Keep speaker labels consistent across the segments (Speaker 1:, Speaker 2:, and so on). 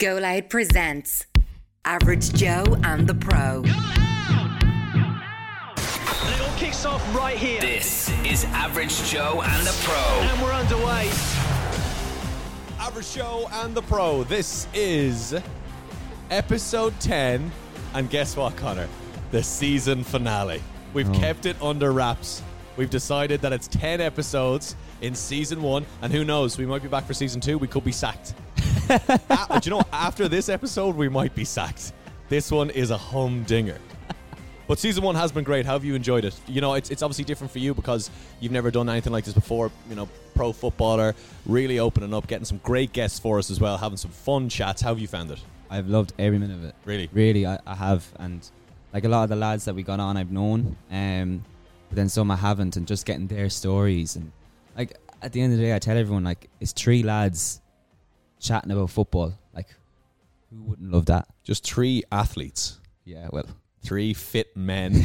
Speaker 1: Go Loud presents Average Joe and the Pro.
Speaker 2: And it all kicks off right here.
Speaker 3: This is Average Joe and the Pro.
Speaker 2: And we're underway.
Speaker 4: Average Show and the Pro. This is episode 10. And guess what, Connor? The season finale. We've kept it under wraps. We've decided that it's 10 episodes in season one. And who knows? We might be back for season two. We could be sacked. Ah, do you know, after this episode, we might be sacked. This one is a humdinger. But season one has been great. How have you enjoyed it? You know, it's, it's obviously different for you because you've never done anything like this before. You know, pro footballer, really opening up, getting some great guests for us as well, having some fun chats. How have you found it?
Speaker 5: I've loved every minute of it.
Speaker 4: Really?
Speaker 5: Really, I, I have. And like a lot of the lads that we got on, I've known, um, but then some I haven't. And just getting their stories. And like at the end of the day, I tell everyone, like, it's three lads chatting about football. Like, who wouldn't love that?
Speaker 4: Just three athletes,
Speaker 5: Yeah, well,
Speaker 4: three fit men.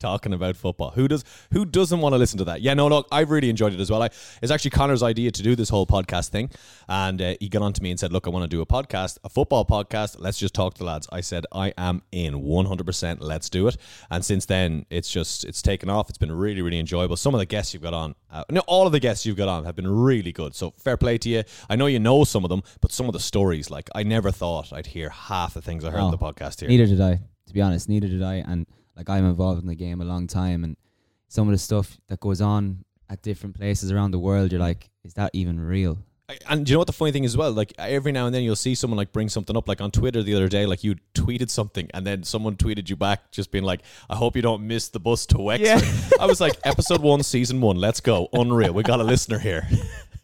Speaker 4: Talking about football, who does who doesn't want to listen to that? Yeah, no, look, I've really enjoyed it as well. I, it's actually Connor's idea to do this whole podcast thing, and uh, he got on to me and said, "Look, I want to do a podcast, a football podcast. Let's just talk to the lads." I said, "I am in 100. percent Let's do it." And since then, it's just it's taken off. It's been really, really enjoyable. Some of the guests you've got on, uh, no, all of the guests you've got on have been really good. So fair play to you. I know you know some of them, but some of the stories, like I never thought I'd hear half the things I heard on
Speaker 5: No.
Speaker 4: the podcast here.
Speaker 5: Oh, neither did I, to be honest. Neither did I. And like, I'm involved in the game a long time. And some of the stuff that goes on at different places around the world, you're like, is that even real?
Speaker 4: I- And do you know what the funny thing is as well? Like every now and then you'll see someone like bring something up, like on Twitter the other day, like you tweeted something and then someone tweeted you back, just being like, "I hope you don't miss the bus to Wexford." I was like, "Episode one, season one, let's go, unreal. We got a listener here."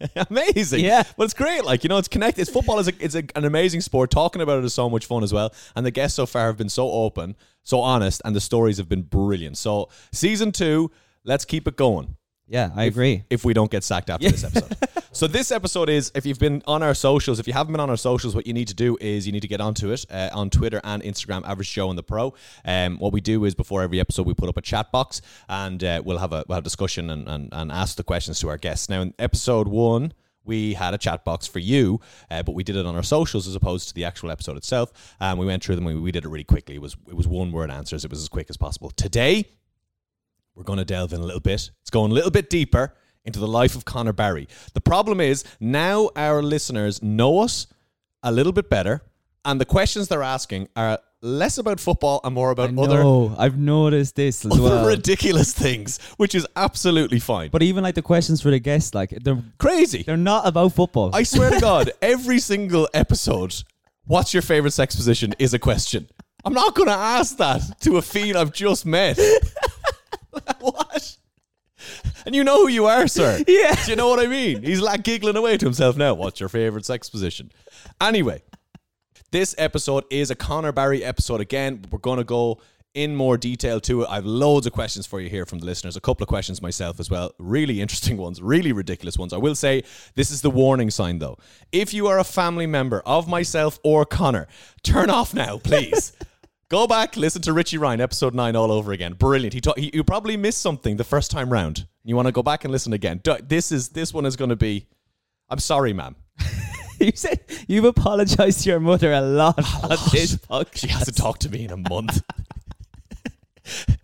Speaker 4: amazing,
Speaker 5: Yeah.
Speaker 4: But it's great, like you know, it's connected. It's football is a, it's a, an amazing sport. Talking about it is so much fun as well, and the guests so far have been so open, so honest, and the stories have been brilliant. So season two, let's keep it going
Speaker 5: Yeah, I agree.
Speaker 4: if we don't get sacked after this episode. so this episode is if you've been on our socials, if you haven't been on our socials, what you need to do is you need to get onto it uh, on Twitter and Instagram, Average Show and the Pro. Um, what we do is before every episode, we put up a chat box and uh, we'll have a we'll have a discussion and, and and ask the questions to our guests. Now in episode one. We had a chat box for you, uh, but we did it on our socials as opposed to the actual episode itself. And we went through them. We, we did it really quickly. It was it was one word answers. It was as quick as possible. Today, we're going to delve in a little bit. It's going a little bit deeper into the life of Connor Barry. The problem is now our listeners know us a little bit better, and the questions they're asking are less about football and more about other,
Speaker 5: no, I've noticed this as
Speaker 4: other
Speaker 5: well.
Speaker 4: ridiculous things, which is absolutely fine. But
Speaker 5: But even like the questions for the guests, like they're
Speaker 4: crazy.
Speaker 5: they're not about football.
Speaker 4: I swear to God, every single episode, what's your favorite sex position is a question. I'm not going to ask that to a fiend I've just met. what? And you know who you are, sir. Yeah. Do you know what I mean? He's like giggling away to himself now. What's your favorite sex position? Anyway, this episode is a Connor Barry episode again. but We're going to go in more detail to it. I have loads of questions for you here from the listeners. A couple of questions myself as well. Really interesting ones, really ridiculous ones. I will say this is the warning sign though. If you are a family member of myself or Connor, turn off now, please. Go back, listen to Richie Ryan episode nine all over again. Brilliant. He, ta- he you probably missed something the first time round. You want to go back and listen again. Du- This is this one is going to be. I'm sorry, ma'am.
Speaker 5: you said you've apologized to your mother a lot on this podcast.
Speaker 4: She hasn't talked to me in a month.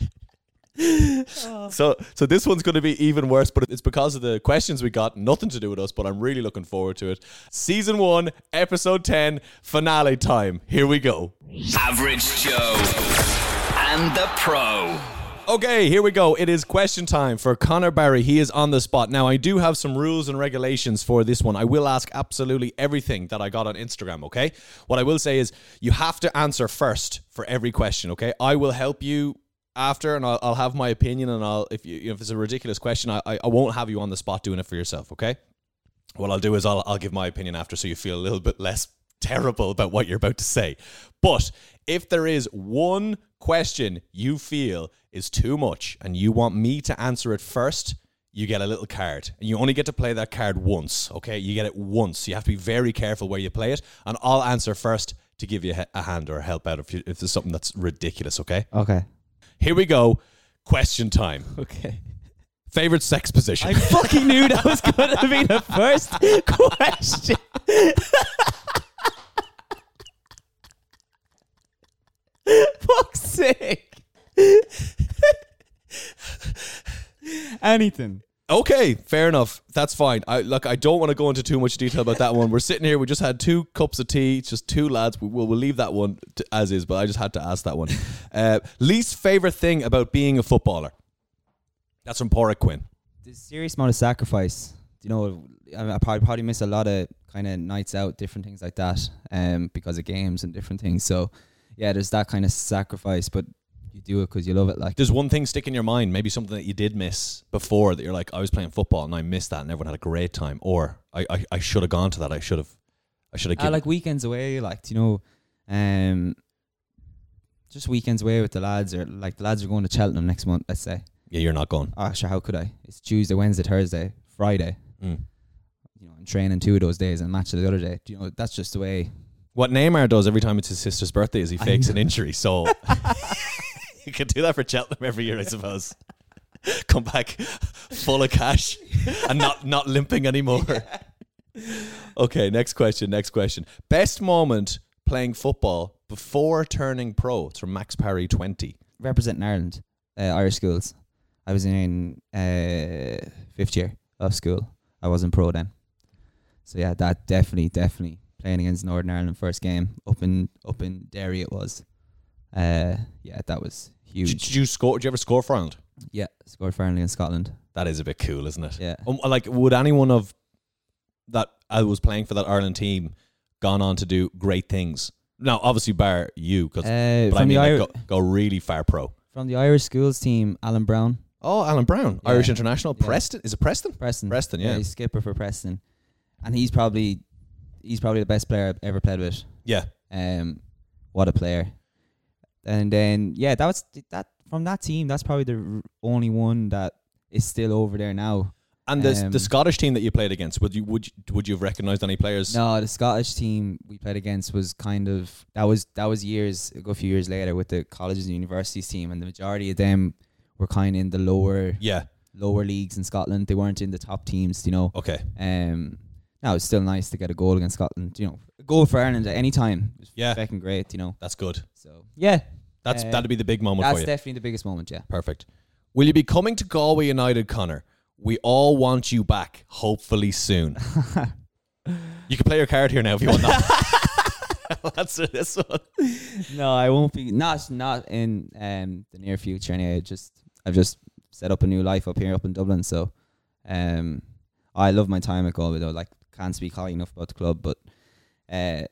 Speaker 4: so so this one's going to be even worse, but it's because of the questions we got. Nothing to do with us, but I'm really looking forward to it. Season one, episode ten, finale time. Here we go.
Speaker 3: Average Joe and the Pro.
Speaker 4: Okay, here we go. It is question time for Connor Barry. He is on the spot. Now, I do have some rules and regulations for this one. I will ask absolutely everything that I got on Instagram, okay? What I will say is you have to answer first for every question, okay? I will help you after and I'll, I'll have my opinion and I'll if you, if it's a ridiculous question, I, I I won't have you on the spot doing it for yourself, okay? What I'll do is I'll, I'll give my opinion after so you feel a little bit less terrible about what you're about to say. But if there is one question you feel is too much and you want me to answer it first, you get a little card. And you only get to play that card once, okay? You get it once. You have to be very careful where you play it. And I'll answer first to give you a- a hand or help out if, you, if there's something that's ridiculous, okay?
Speaker 5: Okay.
Speaker 4: Here we go. Question time.
Speaker 5: Okay.
Speaker 4: Favorite sex position?
Speaker 5: I fucking knew that was going to be the first question. sick. Anything.
Speaker 4: Okay, fair enough. That's fine. I look. I don't want to go into too much detail about that one. We're sitting here. We just had two cups of tea. It's just two lads. We, we'll we'll leave that one to, as is. But I just had to ask that one. Uh, least favorite thing about being a footballer. That's from Porrick Quinn.
Speaker 5: There's a serious amount of sacrifice. You know, I, I probably, probably miss a lot of kind of nights out, different things like that, um, because of games and different things. So, yeah, there's that kind of sacrifice, but you do it because you love it. Like,
Speaker 4: Does one thing stick in your mind? Maybe something that you did miss before that you're like, I was playing football and I missed that and everyone had a great time, or I I, I should have gone to that. I should have. I should have.
Speaker 5: I
Speaker 4: given-
Speaker 5: like weekends away, like you know, um, just weekends away with the lads, or like the lads are going to Cheltenham next month. Let's say,
Speaker 4: yeah, you're not going.
Speaker 5: oh, sure, how could I? It's Tuesday, Wednesday, Thursday, Friday.
Speaker 4: Mm.
Speaker 5: You know, I'm training two of those days and match the other day. You know, that's just the way.
Speaker 4: What Neymar does every time it's his sister's birthday is he
Speaker 5: I
Speaker 4: fakes an
Speaker 5: know.
Speaker 4: injury. So you could do that for Cheltenham every year, I suppose. Come back full of cash and not not limping anymore. Okay, next question. Next question. Best moment playing football before turning pro. It's from Max Parry twenty.
Speaker 5: Representing Ireland, uh, Irish schools. I was in uh, fifth year of school. I wasn't pro then, so yeah, that definitely, definitely playing against Northern Ireland first game up in up in Derry it was. Uh, yeah, that was huge.
Speaker 4: Did, did you score? Did you ever score for Ireland?
Speaker 5: Yeah, scored for Ireland in Scotland.
Speaker 4: That is a bit cool, isn't it?
Speaker 5: Yeah.
Speaker 4: Um, like, would anyone of that I was playing for that Ireland team gone on to do great things? Now, obviously, bar you, because
Speaker 5: Uh,
Speaker 4: but I mean,
Speaker 5: from the
Speaker 4: like,
Speaker 5: Irish
Speaker 4: go, go really far pro.
Speaker 5: from the Irish schools team, Alan Brown,
Speaker 4: Oh, Alan Brown,
Speaker 5: Yeah.
Speaker 4: Irish international,
Speaker 5: Yeah.
Speaker 4: Preston. Is it Preston?
Speaker 5: Preston.
Speaker 4: Preston, yeah.
Speaker 5: he's skipper for Preston, and he's probably he's probably the best player I've ever played with.
Speaker 4: Yeah.
Speaker 5: Um, what a player! And then yeah, that was that from that team. That's probably the r- only one that is still over there now.
Speaker 4: And the
Speaker 5: Um,
Speaker 4: the Scottish team that you played against, would you would you, would you have recognised any players?
Speaker 5: No, the Scottish team we played against was kind of that was that was years a good few years later with the colleges and universities team, and the majority of them were kind of in the lower
Speaker 4: Yeah.
Speaker 5: lower leagues in Scotland. They weren't in the top teams, you know.
Speaker 4: Okay.
Speaker 5: Um, now it's still nice to get a goal against Scotland. You know, a goal for Ireland at any time. It's
Speaker 4: Yeah.
Speaker 5: fucking great. You know,
Speaker 4: That's good.
Speaker 5: so yeah,
Speaker 4: That's
Speaker 5: Uh,
Speaker 4: that'd be the big moment
Speaker 5: that's
Speaker 4: for you.
Speaker 5: definitely the biggest moment. Yeah,
Speaker 4: Perfect. Will you be coming to Galway United, Connor? We all want you back, hopefully soon. you can play your card here now if you want. That. That's it, this one.
Speaker 5: no, I won't be. Not not in um the near future. Anyway, just I've just set up a new life up here, up in Dublin. So, um, I love my time at Galway though. Like, can't speak highly enough about the club, but uh,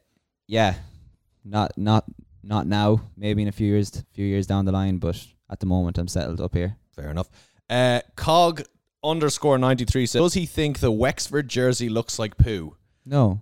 Speaker 5: yeah, not not not now. Maybe in a few years, few years down the line. But at the moment, I'm settled up here.
Speaker 4: Fair enough. Uh, Cog underscore ninety three says, "Does he think the Wexford jersey looks like poo?"
Speaker 5: No,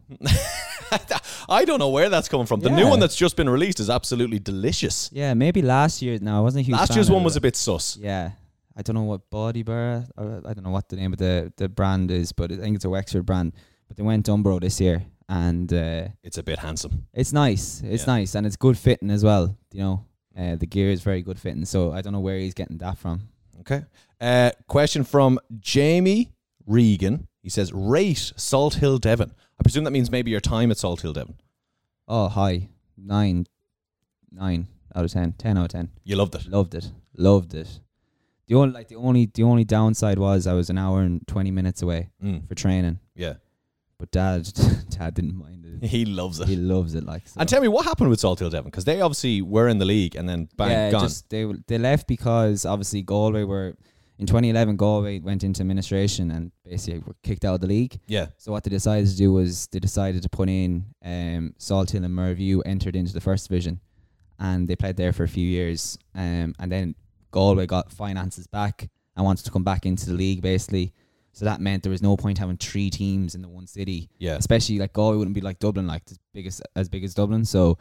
Speaker 4: I don't know where that's coming from. The new
Speaker 5: Yeah.
Speaker 4: one that's just been released is absolutely delicious.
Speaker 5: Yeah, maybe last year. No, I wasn't a huge.
Speaker 4: Last
Speaker 5: fan
Speaker 4: year's
Speaker 5: of
Speaker 4: one
Speaker 5: it.
Speaker 4: was a bit sus.
Speaker 5: Yeah, I don't know what Body Bar. Or I don't know what the name of the the brand is, but I think it's a Wexford brand. But they went Umbro this year, and uh,
Speaker 4: It's a bit handsome.
Speaker 5: it's nice. It's
Speaker 4: Yeah.
Speaker 5: nice, and it's good fitting as well. You know, uh, the gear is very good fitting. So I don't know where he's getting that from.
Speaker 4: Okay. Uh, question from Jamie Regan. He says, "Rate Salt Hill Devon." I presume that means maybe your time at Salt Hill Devon.
Speaker 5: Oh, hi, nine, nine out of ten, ten out of ten.
Speaker 4: You loved it.
Speaker 5: Loved it, loved it. The only like the only the only downside was I was an hour and twenty minutes away
Speaker 4: Mm,
Speaker 5: for training,
Speaker 4: yeah,
Speaker 5: but Dad, Dad didn't mind it.
Speaker 4: he loves it.
Speaker 5: He loves it like. So.
Speaker 4: and tell me what happened with Salt Hill Devon because they obviously were in the league and then bang gone.
Speaker 5: just- they they left because obviously Galway were in 2011. Galway went into administration and basically were kicked out of the league.
Speaker 4: yeah,
Speaker 5: So what they decided to do was they decided to put in um, Salt Hill and Merview entered into the first division, and they played there for a few years. Um, and then Galway got finances back and wanted to come back into the league basically. So that meant there was no point having three teams in the one city
Speaker 4: yeah,
Speaker 5: especially like Galway wouldn't be like Dublin, like as big as as big as Dublin. So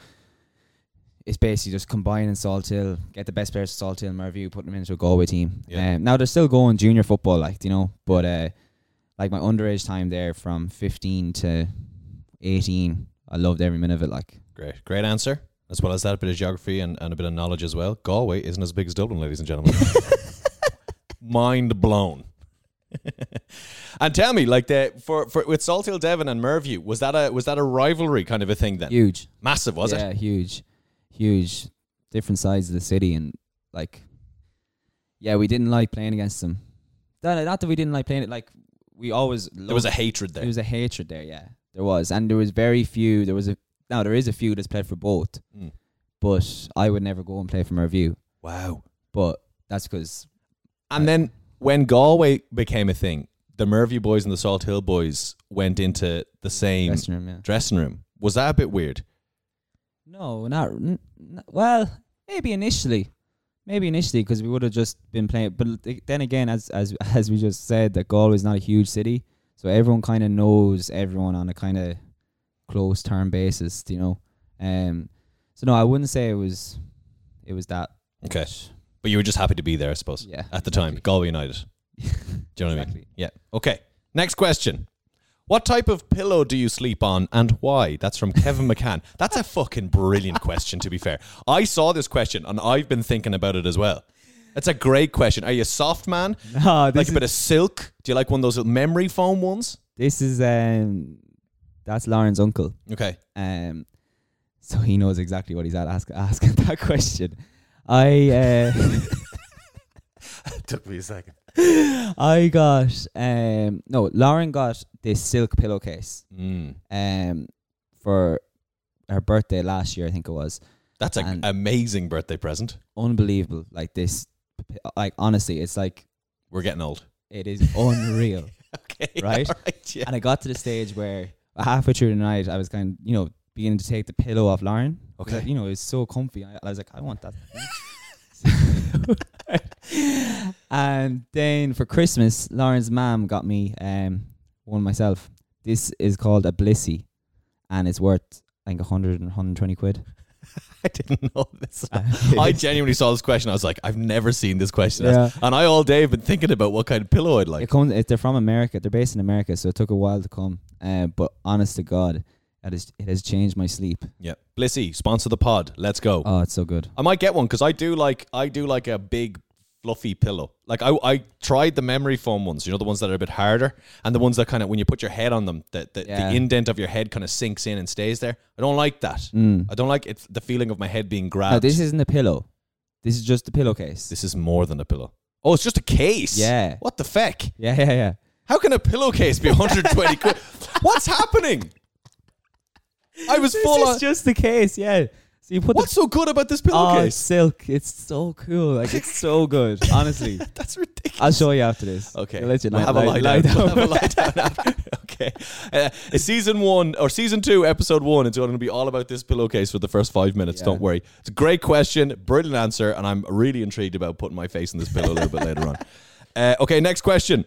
Speaker 5: it's basically just combining Salt Hill, get the best players from Salt Hill and Merview, put them into a Galway team.
Speaker 4: Yeah.
Speaker 5: Um, now they're still going junior football, like you know, but uh, like my underage time there from fifteen to eighteen, I loved every minute of it. Like
Speaker 4: great, great answer. As well as that, a bit of geography and, and a bit of knowledge as well. Galway isn't as big as Dublin, ladies and gentlemen. Mind blown. and tell me, like the for, for with Salt Hill Devon and Merview, was that a was that a rivalry kind of a thing then?
Speaker 5: huge,
Speaker 4: Massive, was
Speaker 5: yeah,
Speaker 4: it?
Speaker 5: huge, huge. They- different sides of the city, and like, yeah, we didn't like playing against them. That, not that we didn't like playing it. Like we always
Speaker 4: There was a hatred there.
Speaker 5: there was a hatred there. Yeah, there was, and there was very few. There was a now there is a few that's played for both,
Speaker 4: Mm.
Speaker 5: but I would never go and play for Merview.
Speaker 4: wow.
Speaker 5: But that's because
Speaker 4: And then when Galway became a thing, the Mervey boys and the Salt Hill boys went into the same
Speaker 5: dressing room. Yeah.
Speaker 4: dressing room. Was that a bit weird?
Speaker 5: No, not n- n- well. Maybe initially, maybe initially because we would have just been playing. But th- then again, as as as we just said, that Galway is not a huge city, so everyone kind of knows everyone on a kind of close term basis, you know. Um, so no, I wouldn't say it was it was that.
Speaker 4: Okay. But you were just happy to be there, I suppose.
Speaker 5: Yeah,
Speaker 4: At the time, Galway United. Do you know what I mean?
Speaker 5: Exactly.
Speaker 4: Yeah. Okay. Next question. What type of pillow do you sleep on and why? That's from Kevin McCann. That's a fucking brilliant question, to be fair. I saw this question and I've been thinking about it as well. That's a great question. Are you a soft man?
Speaker 5: No,
Speaker 4: like
Speaker 5: this
Speaker 4: a bit of silk? Do you like one of those little memory foam ones?
Speaker 5: This is um, that's Lauren's uncle.
Speaker 4: Okay.
Speaker 5: Um, so he knows exactly what he's at ask, asking that question. I uh,
Speaker 4: Took me a second.
Speaker 5: I got um no Lauren got this silk pillowcase
Speaker 4: Mm.
Speaker 5: um for her birthday last year I think it was
Speaker 4: That's an
Speaker 5: And-
Speaker 4: amazing birthday present.
Speaker 5: unbelievable like this like honestly it's like
Speaker 4: We're getting old.
Speaker 5: it is unreal
Speaker 4: Okay.
Speaker 5: Right?
Speaker 4: alright, yeah.
Speaker 5: and I got to the stage where halfway through the night I was kind of you know beginning to take the pillow off Lauren 'Cause,
Speaker 4: Okay.
Speaker 5: you know it's so comfy I, I was like I want that and then for Christmas Lauren's mom got me um one myself this is called a blissy and it's worth I think 100 and 120 quid
Speaker 4: I didn't know this.
Speaker 5: Uh,
Speaker 4: I genuinely saw this question. I was like, I've never seen this question.
Speaker 5: Yeah.
Speaker 4: asked. And I all day have been thinking about what kind of pillow I'd
Speaker 5: it
Speaker 4: like.
Speaker 5: comes it, they're from America they're based in America so it took a while to come uh, but honest to God it has, it has changed my sleep
Speaker 4: Yeah. Blissy, sponsor the pod. Let's go.
Speaker 5: oh it's so good
Speaker 4: I might get one because I do like I do like a big fluffy pillow. Like I, I tried the memory foam ones, you know, the ones that are a bit harder and the ones that kind of when you put your head on them, that the,
Speaker 5: Yeah.
Speaker 4: the indent of your head kind of sinks in and stays there. I don't like that. I don't like it the feeling of my head being grabbed.
Speaker 5: No, Mm. Uh, this isn't a pillow. This is just a pillowcase.
Speaker 4: This is more than a pillow. Oh, it's just a case.
Speaker 5: Yeah.
Speaker 4: What the feck?
Speaker 5: yeah, yeah, yeah.
Speaker 4: How can a pillowcase be 120 quid? What's happening? I was full
Speaker 5: This
Speaker 4: on.
Speaker 5: is just the case. Yeah. So you put
Speaker 4: What's so good about this
Speaker 5: the oh, it's
Speaker 4: pillowcase?
Speaker 5: silk. It's so cool. Like it's so good. Honestly,
Speaker 4: That's ridiculous.
Speaker 5: I'll show you after this.
Speaker 4: Okay.
Speaker 5: I'll let you
Speaker 4: We'll
Speaker 5: lie,
Speaker 4: have,
Speaker 5: lie,
Speaker 4: a
Speaker 5: lie
Speaker 4: lie down.
Speaker 5: down.
Speaker 4: We'll have a lie down after. Okay. Uh, it's season one or season two, episode one. It's going to be all about this pillowcase for the first five minutes.
Speaker 5: Yeah.
Speaker 4: Don't worry. It's a great question, brilliant answer, and I'm really intrigued about putting my face in this pillow a little bit later on. Uh, okay, next question.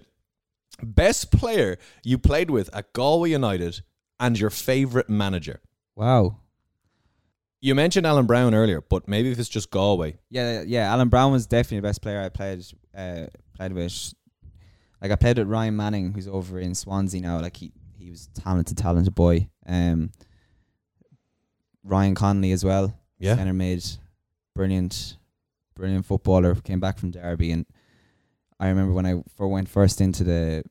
Speaker 4: Best player you played with at Galway United and your favourite manager?
Speaker 5: Wow.
Speaker 4: You mentioned Alan Brown earlier, but maybe if it's just Galway.
Speaker 5: Yeah, yeah. Alan Brown was definitely the best player I played uh, played with. Like I played with Ryan Manning, who's over in Swansea now. Like he he was a talented, talented boy. Um, Ryan Conley as well.
Speaker 4: Yeah.
Speaker 5: Center mid, brilliant, brilliant footballer. Came back from Derby, and I remember when I fir- went first into the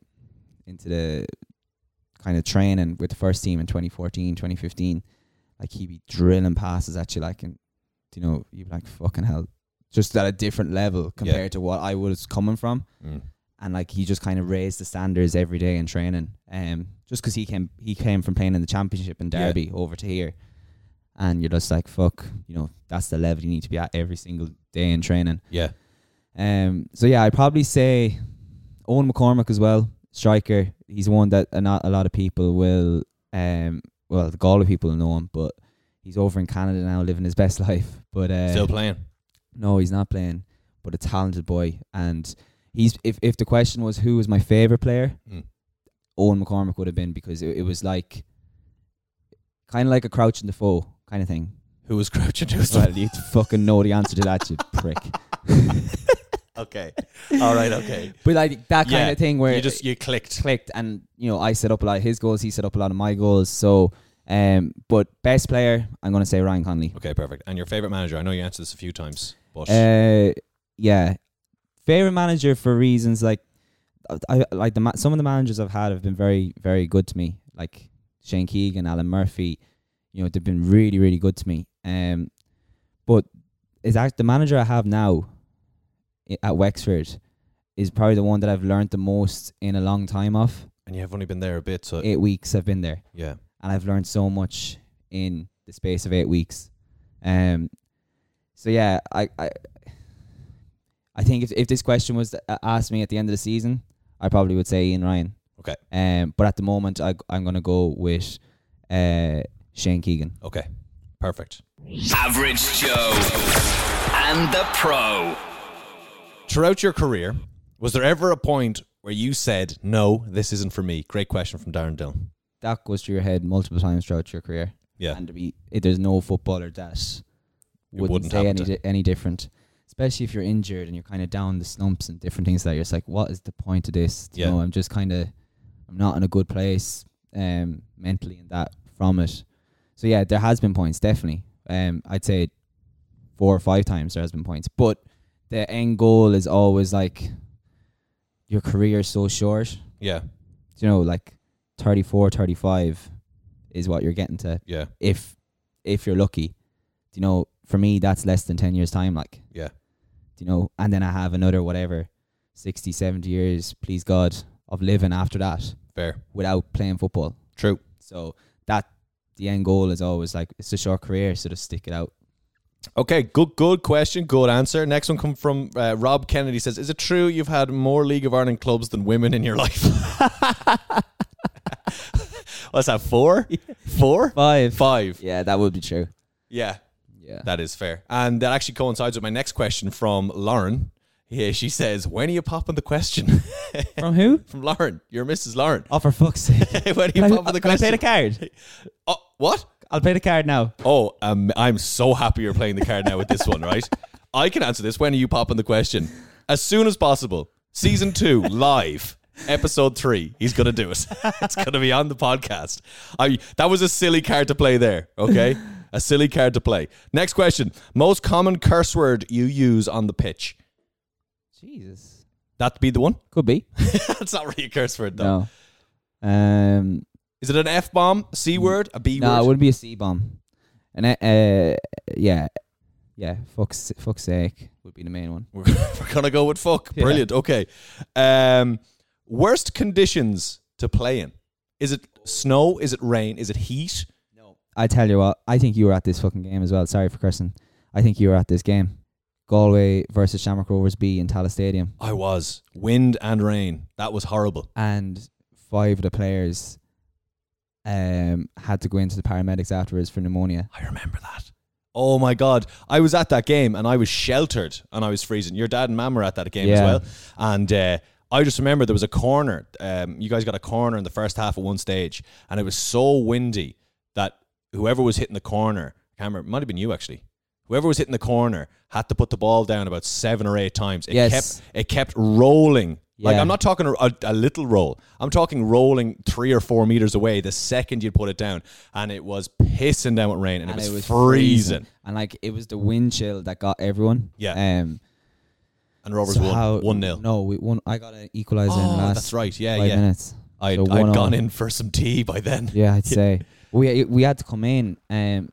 Speaker 5: into the kind of training with the first team in 2014, 2015. Like he'd be drilling passes at you, like, and you know, you'd be like, "Fucking hell!" Just at a different level compared to what I was coming from
Speaker 4: Mm.
Speaker 5: and like he just kind of raised the standards every day in training. Um, just 'cause he came he came from playing in the championship in
Speaker 4: Yeah.
Speaker 5: Derby over to here, and you're just like fuck, you know that's the level you need to be at every single day in training.
Speaker 4: Yeah.
Speaker 5: Um, so yeah, I'd probably say Owen McCormick as well, striker. He's one that a not a lot of people will, um, well the Galway people will know him, but he's over in Canada now living his best life. But uh,
Speaker 4: Still playing.
Speaker 5: no, he's not playing, but a talented boy. And he's if if the question was who was my favorite player,
Speaker 4: Mm.
Speaker 5: Owen McCormick would have been because it, it was like kind of like a crouch in the foe kind of thing.
Speaker 4: Who was crouching to his
Speaker 5: Well, you fucking know the answer to that, you prick.
Speaker 4: Okay. All right. Okay.
Speaker 5: But like that kind
Speaker 4: Yeah.
Speaker 5: of thing where
Speaker 4: you just you clicked.
Speaker 5: clicked and you know I set up a lot of his goals, he set up a lot of my goals. So, um, but best player, I'm gonna say Ryan Conley.
Speaker 4: Okay, perfect. And your favorite manager? I know you answered this a few times, but
Speaker 5: Uh, yeah, favorite manager for reasons like I I- like the ma- some of the managers I've had have been very very good to me, like Shane Keegan, Alan Murphy. You know they've been really really good to me. Um, but is act the manager I have now i- at Wexford is probably the one that I've learned the most in a long time of.
Speaker 4: And you've only been there a bit, so
Speaker 5: Eight weeks I've been there.
Speaker 4: yeah.
Speaker 5: and I've learned so much in the space of eight weeks. Um, so yeah, I, I, I think if if this question was uh, asked me at the end of the season, I probably would say Ian Ryan.
Speaker 4: Okay.
Speaker 5: Um, but at the moment, I I'm gonna go with uh Shane Keegan.
Speaker 4: Okay. Perfect.
Speaker 3: Average Joe and the Pro.
Speaker 4: Throughout your career, was there ever a point where you said, "No, this isn't for me"? Great question from Darren Dillon.
Speaker 5: That goes through your head multiple times throughout your career,
Speaker 4: Yeah.
Speaker 5: and to be, it, there's no footballer that wouldn't,
Speaker 4: wouldn't
Speaker 5: say
Speaker 4: happen
Speaker 5: any di- any different. Especially if you're injured and you're kind of down the slumps and different things like that you're just like, what is the point of this? You
Speaker 4: Yeah.
Speaker 5: know, I'm just kind of, I'm not in a good place um, mentally and that from it. So yeah, there has been points definitely. Um, I'd say four or five times there has been points, but the end goal is always like your career is so short.
Speaker 4: yeah.
Speaker 5: You know, like 34, 35 is what you're getting to
Speaker 4: Yeah.
Speaker 5: if if you're lucky. You know, for me that's less than 10 years time like,
Speaker 4: Yeah.
Speaker 5: you know, and then I have another whatever 60, 70 years, please God, of living after that
Speaker 4: Fair.
Speaker 5: without playing football.
Speaker 4: True.
Speaker 5: So that the end goal is always like it's a short career, so just stick it out.
Speaker 4: Okay, good, good question, good answer. Next one come from uh, Rob Kennedy says, "Is it true you've had more League of Ireland clubs than women in your life?" What's that? Four, four,
Speaker 5: Five.
Speaker 4: five.
Speaker 5: Yeah, that would be true.
Speaker 4: Yeah,
Speaker 5: Yeah.
Speaker 4: that is fair, and that actually coincides with my next question from Lauren. Yeah, she says, "When are you popping the question?"
Speaker 5: From who?
Speaker 4: from Lauren, you're Mrs. Lauren.
Speaker 5: Oh, for fuck's sake.
Speaker 4: when are you
Speaker 5: Can I, uh,
Speaker 4: popping the
Speaker 5: can I
Speaker 4: question?
Speaker 5: play the card?
Speaker 4: Oh, what?
Speaker 5: I'll play the card now.
Speaker 4: Oh, um, I'm so happy you're playing the card now with this one, right? I can answer this. When are you popping the question? As soon as possible. Season two, live. Episode three. He's gonna do it. It's gonna be on the podcast. I that was a silly card to play there, okay? A silly card to play. Next question. Most common curse word you use on the pitch.
Speaker 5: Jesus.
Speaker 4: That'd be the one.
Speaker 5: Could be.
Speaker 4: That's not really a curse word though.
Speaker 5: No. Um
Speaker 4: Is it an F bomb, C word, a B
Speaker 5: No, it
Speaker 4: word?
Speaker 5: wouldn't be a C bomb. And uh, uh, yeah, yeah, fuck's fuck's sake would be the main one.
Speaker 4: We're, we're gonna go with fuck. Brilliant. Okay. Um, worst conditions to play in. Is it snow? Is it rain? Is it heat?
Speaker 5: I tell you what, I think you were at this fucking game as well. Sorry for cursing. I think you were at this game. Galway versus Shamrock Rovers B in Tala Stadium,
Speaker 4: I was wind and rain. That was horrible.
Speaker 5: and five of the players um had to go into the paramedics afterwards for pneumonia.
Speaker 4: I remember that. Oh my god! I was at that game and I was sheltered and I was freezing. Your dad and mum were at that game as
Speaker 5: Yeah.
Speaker 4: well, and uh, I just remember there was a corner. Um, you guys got a corner in the first half at one stage, and it was so windy that whoever was hitting the corner, I can't remember, it might have been you actually. Whoever was hitting the corner had to put the ball down about seven or eight times. It
Speaker 5: Yes.
Speaker 4: kept it kept rolling. Like
Speaker 5: Yeah.
Speaker 4: I'm not talking a, a, a little roll. I'm talking rolling three or four meters away the second you put it down, and it was pissing down with rain, and, it, was freezing.
Speaker 5: and like it was the wind chill that got everyone.
Speaker 4: Yeah.
Speaker 5: um,
Speaker 4: And Rovers
Speaker 5: so how-
Speaker 4: won one 0
Speaker 5: No, we won. I got an equaliser in the
Speaker 4: Oh,
Speaker 5: last.
Speaker 4: that's right. Yeah,
Speaker 5: five
Speaker 4: yeah.
Speaker 5: minutes.
Speaker 4: I'd,
Speaker 5: So
Speaker 4: I'd
Speaker 5: 1-0.
Speaker 4: gone in for some tea by then.
Speaker 5: Yeah, I'd say we we had to come in. Um,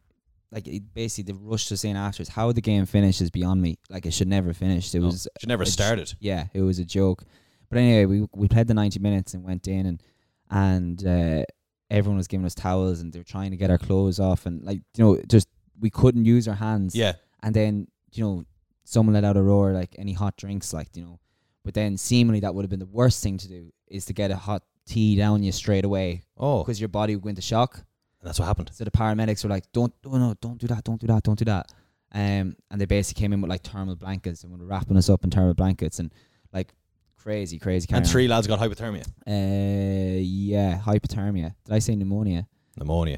Speaker 5: like it, basically the rush to saying afterwards how the game finished is beyond me. Like it should never finished. It was
Speaker 4: Should Oh, never
Speaker 5: a j-
Speaker 4: started.
Speaker 5: Yeah, it was a joke. But anyway, we we played the ninety minutes and went in and and uh, everyone was giving us towels and they were trying to get our clothes off and like you know just we couldn't use our hands.
Speaker 4: Yeah,
Speaker 5: And then, you know, someone let out a roar like any hot drinks, like, you know. But then seemingly that would have been the worst thing to do is to get a hot tea down you straight away.
Speaker 4: Oh.
Speaker 5: Because your body would go into shock.
Speaker 4: and that's what happened.
Speaker 5: So the paramedics were like, Don't oh no, don't do that, don't do that, don't do that. Um and they basically came in with like thermal blankets and were wrapping us up in thermal blankets and like crazy, crazy kind
Speaker 4: And three lads got hypothermia,
Speaker 5: uh yeah, hypothermia. Did I say pneumonia?
Speaker 4: pneumonia.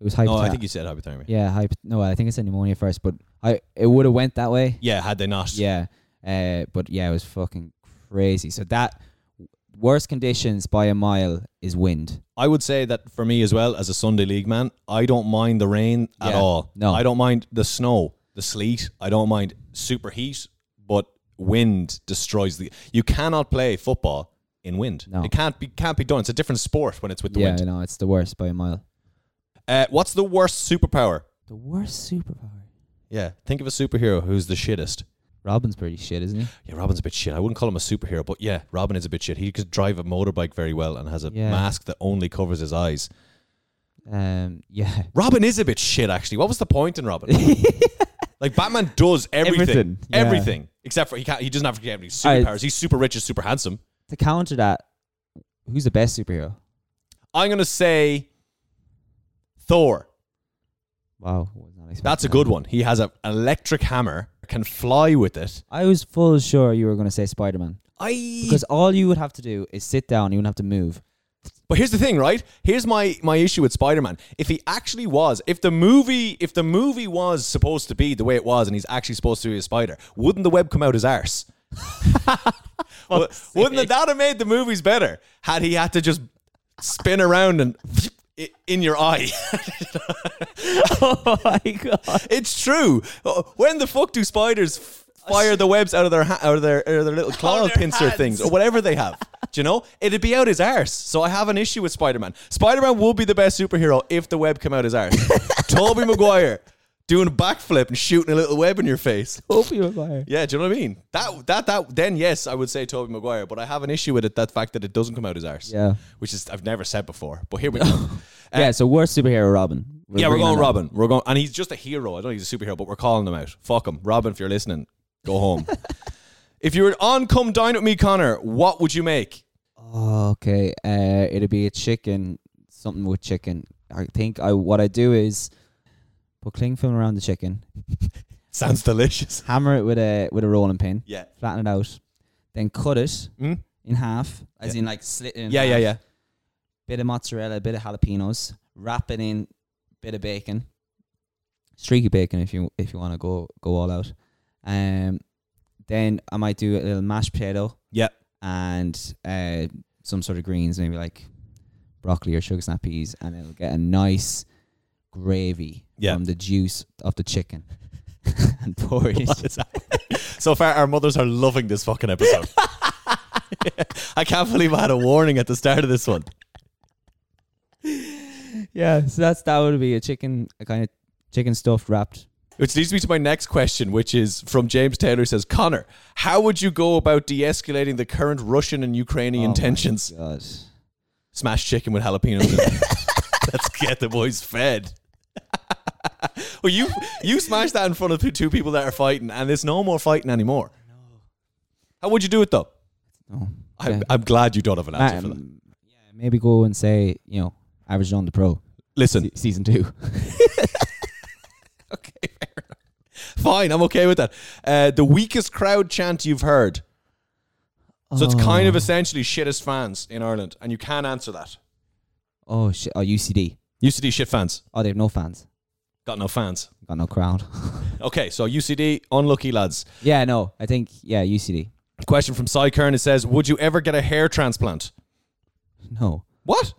Speaker 5: It was
Speaker 4: No,
Speaker 5: hypothermia.
Speaker 4: I think you said hypothermia. Yeah,
Speaker 5: yeah, hypo- no, I think I said pneumonia first, but I it would have went that way.
Speaker 4: had they not?
Speaker 5: Yeah. Uh, but yeah, it was fucking crazy. So that worst conditions by a mile is wind.
Speaker 4: I would say that for me as well as a Sunday league man, I don't mind the rain at
Speaker 5: Yeah.
Speaker 4: all.
Speaker 5: No.
Speaker 4: I don't mind the snow, the sleet. I don't mind super heat, but wind destroys the. You cannot play football in wind.
Speaker 5: No.
Speaker 4: It can't be can't be done. It's a different sport when it's with the
Speaker 5: yeah,
Speaker 4: wind.
Speaker 5: no, it's the worst by a mile.
Speaker 4: Uh, what's the worst superpower?
Speaker 5: The worst superpower.
Speaker 4: Yeah. Think of a superhero who's the shittest.
Speaker 5: Robin's pretty shit, isn't he?
Speaker 4: Yeah, Robin's a bit shit. I wouldn't call him a superhero, but yeah, Robin is a bit shit. He could drive a motorbike very well and has a
Speaker 5: Yeah.
Speaker 4: mask that only covers his eyes.
Speaker 5: Um, yeah.
Speaker 4: Robin is a bit shit, actually. What was the point in Robin? like Batman does everything,
Speaker 5: Everything,
Speaker 4: everything,
Speaker 5: yeah.
Speaker 4: except for he can't. He doesn't have any
Speaker 5: Alright.
Speaker 4: superpowers. He's super rich, and super handsome.
Speaker 5: To counter that, who's the best superhero?
Speaker 4: I'm gonna say Thor.
Speaker 5: Wow, was not expecting
Speaker 4: That's a
Speaker 5: that.
Speaker 4: good one. He has a- an electric hammer, can fly with it.
Speaker 5: I was full sure you were going to say Spider Man
Speaker 4: I.
Speaker 5: because all you would have to do is sit down. You wouldn't have to move.
Speaker 4: but here's the thing, right? Here's my my issue with Spider-Man. If he actually was, if the movie, if the movie was supposed to be the way it was, and he's actually supposed to be a spider, wouldn't the web come out his arse? Well, wouldn't that have made the movies better had he had to just spin around and i- in your eye?
Speaker 5: oh my god!
Speaker 4: It's true. Uh, When the fuck do spiders f- fire the webs out of their ha- out of their, out of their little claw
Speaker 5: Oh, their
Speaker 4: pincer
Speaker 5: hands.
Speaker 4: things or whatever they have? do you know? It'd be out his arse. So I have an issue with Spider-Man. Spider-Man would be the best superhero if the web came out his arse. Tobey Maguire doing a backflip and shooting a little web in your face.
Speaker 5: Hope Maguire.
Speaker 4: Yeah, do you know what I mean? That that that then yes, I would say Toby Maguire, but I have an issue with it that fact that it doesn't come out his arse.
Speaker 5: Yeah.
Speaker 4: Which is I've never said before. But here we go.
Speaker 5: yeah. So worst superhero, Robin.
Speaker 4: Uh, Yeah, we're
Speaker 5: agreeing on
Speaker 4: going
Speaker 5: that.
Speaker 4: Robin. We're going, and he's just a hero. I don't think he's a superhero, but we're calling him out. Fuck him, Robin. If you're listening, go home. if you were on "Come Dine with Me, Connor," what would you make?
Speaker 5: Oh, okay. Uh, it'd be a chicken, something with chicken. I think I what I do is put cling film around the chicken,
Speaker 4: Sounds delicious.
Speaker 5: hammer it with a with a rolling pin,
Speaker 4: Yeah.
Speaker 5: flatten it out, then cut it
Speaker 4: Mm?
Speaker 5: in half, as in like slit it. In
Speaker 4: Yeah, yeah,
Speaker 5: half,
Speaker 4: yeah.
Speaker 5: Bit of mozzarella, bit of jalapenos, wrap it in, bit of bacon, streaky bacon if you if you want to go go all out. Um, then I might do a little mashed potato.
Speaker 4: Yeah.
Speaker 5: and uh, some sort of greens, maybe like broccoli or sugar snap peas, and it'll get a nice gravy
Speaker 4: Yeah.
Speaker 5: from the juice of the chicken. and pour it.
Speaker 4: What is that? so far, our mothers are loving this fucking episode. I can't believe I had a warning at the start of this one.
Speaker 5: Yeah, so that's that would be a chicken, a kind of chicken stuffed wrapped.
Speaker 4: Which leads me to my next question, which is from James Taylor says, Connor, how would you go about de escalating the current Russian and Ukrainian tensions?
Speaker 5: Oh God.
Speaker 4: Smash chicken with jalapenos. in it. Let's get the boys fed. well, you you smash that in front of the two people that are fighting, and there's no more fighting anymore. How would you do it though?
Speaker 5: No.
Speaker 4: I'm,
Speaker 5: Yeah.
Speaker 4: I'm glad you don't have an answer for that.
Speaker 5: Um, yeah, maybe go and say you know average on the pro
Speaker 4: Listen,
Speaker 5: season two.
Speaker 4: okay, fair enough. Fine, I'm okay with that. Uh, the weakest crowd chant you've heard. So it's kind of essentially shittest fans in Ireland, and you can answer that.
Speaker 5: Oh shit! Oh UCD.
Speaker 4: UCD shit fans.
Speaker 5: Oh, they have no fans.
Speaker 4: Got no fans.
Speaker 5: Got no crowd.
Speaker 4: Okay, so UCD, unlucky lads.
Speaker 5: yeah, no. I think yeah UCD.
Speaker 4: Question from Cy Kern. It says, Would you ever get a hair transplant?
Speaker 5: No,
Speaker 4: What?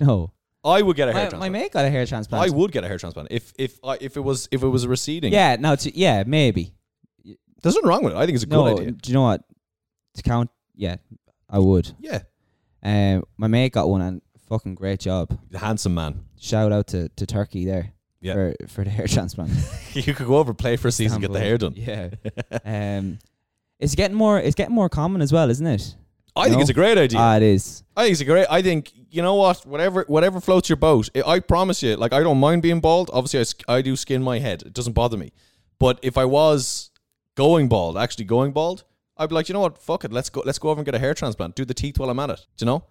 Speaker 5: no.
Speaker 4: I would get a hair
Speaker 5: My, my
Speaker 4: transplant.
Speaker 5: mate got a hair transplant.
Speaker 4: I would get a hair transplant if if I, if it was if it was receding.
Speaker 5: Yeah, no, to, yeah, maybe.
Speaker 4: there's nothing wrong with it. I think it's a
Speaker 5: No,
Speaker 4: good idea.
Speaker 5: do you know what? To count, yeah, I would.
Speaker 4: Yeah,
Speaker 5: Um, my mate got one, and fucking great job.
Speaker 4: He's a handsome man.
Speaker 5: Shout out to, to Turkey there
Speaker 4: Yeah.
Speaker 5: for for the hair transplant.
Speaker 4: you could go over play for a season, get the hair done.
Speaker 5: Yeah. um, it's getting more. It's getting more common as well, isn't it?
Speaker 4: I think
Speaker 5: No.
Speaker 4: it's a great idea.
Speaker 5: Ah, it is.
Speaker 4: I think it's a great. I think you know what, whatever, whatever floats your boat. I I promise you, like I don't mind being bald. Obviously, I, sk- I do skin my head. It doesn't bother me. But if I was going bald, actually going bald, I'd be like, you know what, fuck it, let's go, let's go over and get a hair transplant. Do the teeth while I'm at it. Do you know,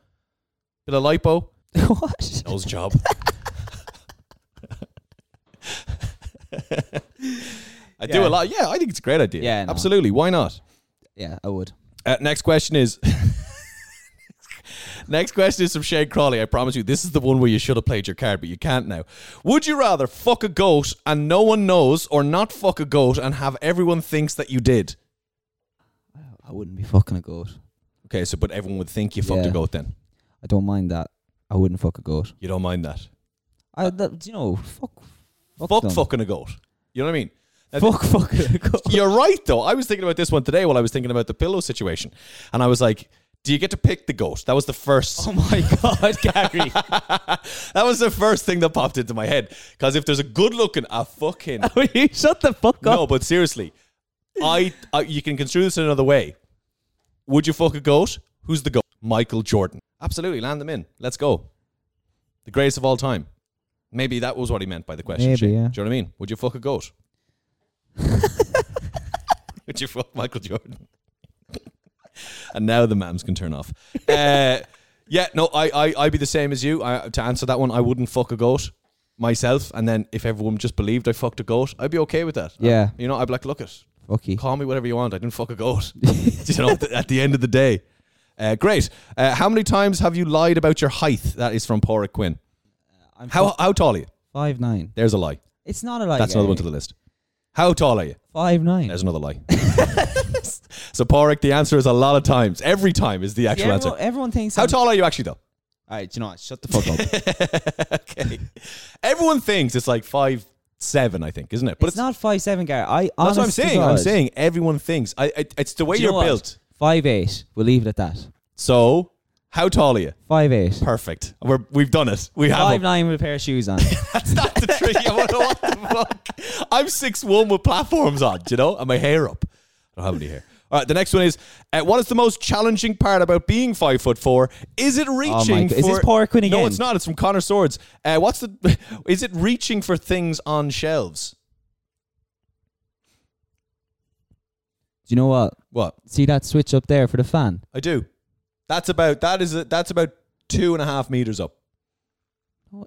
Speaker 4: bit of lipo,
Speaker 5: what?
Speaker 4: nose job. I do
Speaker 5: Yeah.
Speaker 4: a lot. Yeah, I think it's a great idea.
Speaker 5: Yeah, no.
Speaker 4: absolutely. Why not?
Speaker 5: Yeah, I would.
Speaker 4: Uh, next question is. next question is from Shane Crawley. I promise you, this is the one where you should have played your card, but you can't now. Would you rather fuck a goat and no one knows, or not fuck a goat and have everyone thinks that you did?
Speaker 5: I wouldn't be fucking a goat.
Speaker 4: Okay, so but everyone would think you fucked
Speaker 5: Yeah.
Speaker 4: a goat. Then
Speaker 5: I don't mind that. I wouldn't fuck a goat.
Speaker 4: you don't mind that?
Speaker 5: I, that, you know, fuck, fuck,
Speaker 4: Uh, Fuck
Speaker 5: them.
Speaker 4: fucking a goat. You know what I mean? Now,
Speaker 5: fuck, fucking a goat.
Speaker 4: You're right, though. I was thinking about this one today while I was thinking about the pillow situation. And I was like, Do you get to pick the goat? That was the first.
Speaker 5: Oh my god, Gary!
Speaker 4: that was the first thing that popped into my head. Because if there's a good looking, a fucking
Speaker 5: Will you shut the fuck up?
Speaker 4: no, but seriously, I, I you can construe this in another way. Would you fuck a goat? Who's the goat? Michael Jordan. Absolutely, land them in. Let's go. The greatest of all time. Maybe that was what he meant by the question.
Speaker 5: Maybe,
Speaker 4: Shane.
Speaker 5: yeah.
Speaker 4: Do you know what I mean? Would you fuck a goat? Would you fuck Michael Jordan? and now the mams can turn off. Uh, yeah, no, I, I, I'd be the same as you. I, to answer that one, I wouldn't fuck a goat myself. And then if everyone just believed I fucked a goat, I'd be okay with that.
Speaker 5: Yeah.
Speaker 4: you know, I'd be like, look it,
Speaker 5: Fuck you.
Speaker 4: call me whatever you want. I didn't fuck a goat. you know, at the, at the end of the day. Uh, great. Uh, how many times have you lied about your height? That is from Porrick Quinn.
Speaker 5: I'm
Speaker 4: How, how tall are you?
Speaker 5: five nine?
Speaker 4: There's a lie.
Speaker 5: It's not a lie.
Speaker 4: That's another one to the list. How tall are you?
Speaker 5: five nine.
Speaker 4: There's another lie. so, Porrick, the answer is a lot of times. Every time is the actual
Speaker 5: everyone,
Speaker 4: answer.
Speaker 5: everyone thinks.
Speaker 4: How
Speaker 5: I'm-
Speaker 4: tall are you actually, though?
Speaker 5: All right, you know what? Shut the fuck up. it's,
Speaker 4: okay. Everyone thinks it's like five seven, I think, isn't it? But it's,
Speaker 5: not five seven, Gary. I.
Speaker 4: That's what I'm
Speaker 5: honest to
Speaker 4: saying. I'm
Speaker 5: God.
Speaker 4: saying everyone thinks. I, I, it's the way
Speaker 5: Do you
Speaker 4: you're
Speaker 5: know what?
Speaker 4: built.
Speaker 5: Five eight. We'll leave it at that.
Speaker 4: So, how tall are you?
Speaker 5: Five eight.
Speaker 4: Perfect. We're, we've done it. We have.
Speaker 5: Five
Speaker 4: a-
Speaker 5: nine with a pair of shoes on.
Speaker 4: That's not the trick. I want to know what the fuck. I'm six one with platforms on, you know, and my hair up. I don't have any hair. All right. The next one is: uh, What is the most challenging part about being five foot four? Is it reaching?
Speaker 5: Oh God.
Speaker 4: for,
Speaker 5: Is this Paul Quinn
Speaker 4: No,
Speaker 5: again?
Speaker 4: it's not. It's from Connor Swords. Uh, what's the? Is it reaching for things on shelves?
Speaker 5: Do you know what?
Speaker 4: What
Speaker 5: See that switch up there for the fan?
Speaker 4: I do. That's about that is that's about two and a half meters up.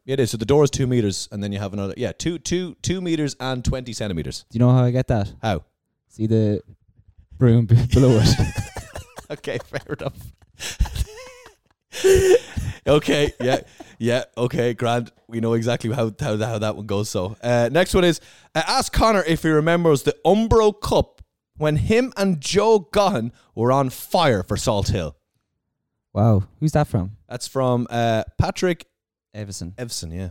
Speaker 4: It is. So the door is two meters, and then you have another. Yeah, two two two meters and twenty centimeters.
Speaker 5: Do you know how I get that?
Speaker 4: How?
Speaker 5: See the broom b- below it.
Speaker 4: okay, fair enough. okay, yeah, yeah, okay, grand. We know exactly how how, how that one goes. So, uh, next one is uh, ask Connor if he remembers the Umbro Cup when him and Joe Gohan were on fire for Salt Hill.
Speaker 5: wow, who's that from?
Speaker 4: That's from uh, Patrick
Speaker 5: Everson.
Speaker 4: Evson. Yeah,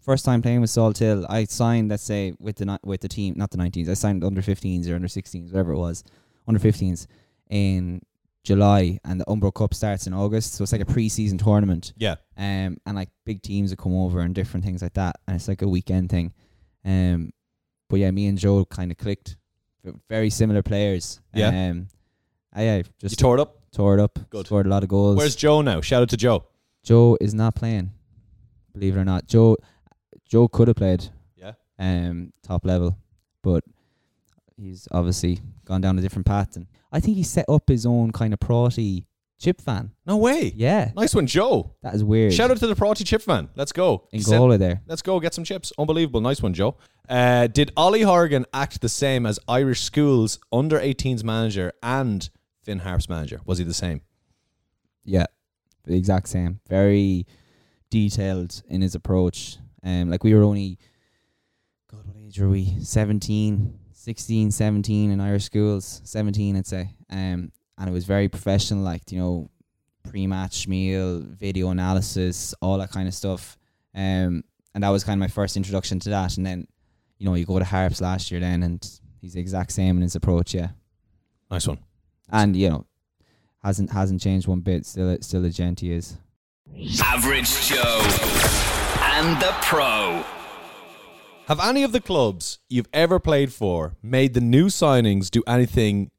Speaker 5: First time playing with Salt Hill, I signed. Let's say with the ni- with the team, not the 19s. I signed under 15s or under 16s, whatever it was, under 15s in July, and the Umbro Cup starts in August. So it's like a pre-season tournament.
Speaker 4: yeah.
Speaker 5: um, and like big teams that come over and different things like that, and it's like a weekend thing. Um, but yeah, me and Joe kind of clicked. V- Very similar players.
Speaker 4: Yeah.
Speaker 5: Um, I, I
Speaker 4: You
Speaker 5: just
Speaker 4: tore it up.
Speaker 5: tore it up.
Speaker 4: Good.
Speaker 5: Scored a lot of goals.
Speaker 4: Where's Joe now? Shout out to Joe.
Speaker 5: Joe is not playing. Believe it or not, Joe Joe could have played.
Speaker 4: Yeah.
Speaker 5: Um, top level, but he's obviously gone down a different path, and I think he set up his own kind of protty chip fan.
Speaker 4: No way.
Speaker 5: Yeah.
Speaker 4: Nice one, Joe.
Speaker 5: That is weird.
Speaker 4: Shout out to the Protty Chip Fan. Let's go.
Speaker 5: in
Speaker 4: He said-
Speaker 5: goal there.
Speaker 4: Let's go get some chips. Unbelievable. Nice one, Joe. Uh, did Ollie Horgan act the same as Irish Schools under 18s manager and Finn Harp's manager? Was he the same?
Speaker 5: Yeah, the exact same. Very detailed in his approach. Um, like we were only, God, what age were we? 17, 16, 17 in Irish schools. 17, I'd say. Um, and it was very professional, like, you know, pre-match meal, video analysis, all that kind of stuff. Um, and that was kind of my first introduction to that. And then, you know, you go to Harps last year then and he's the exact same in his approach, yeah
Speaker 4: Nice one.
Speaker 5: and you know hasn't hasn't changed one bit still still a gent he is
Speaker 3: Average Joe and the Pro.
Speaker 4: Have any of the clubs you've ever played for made the new signings do anything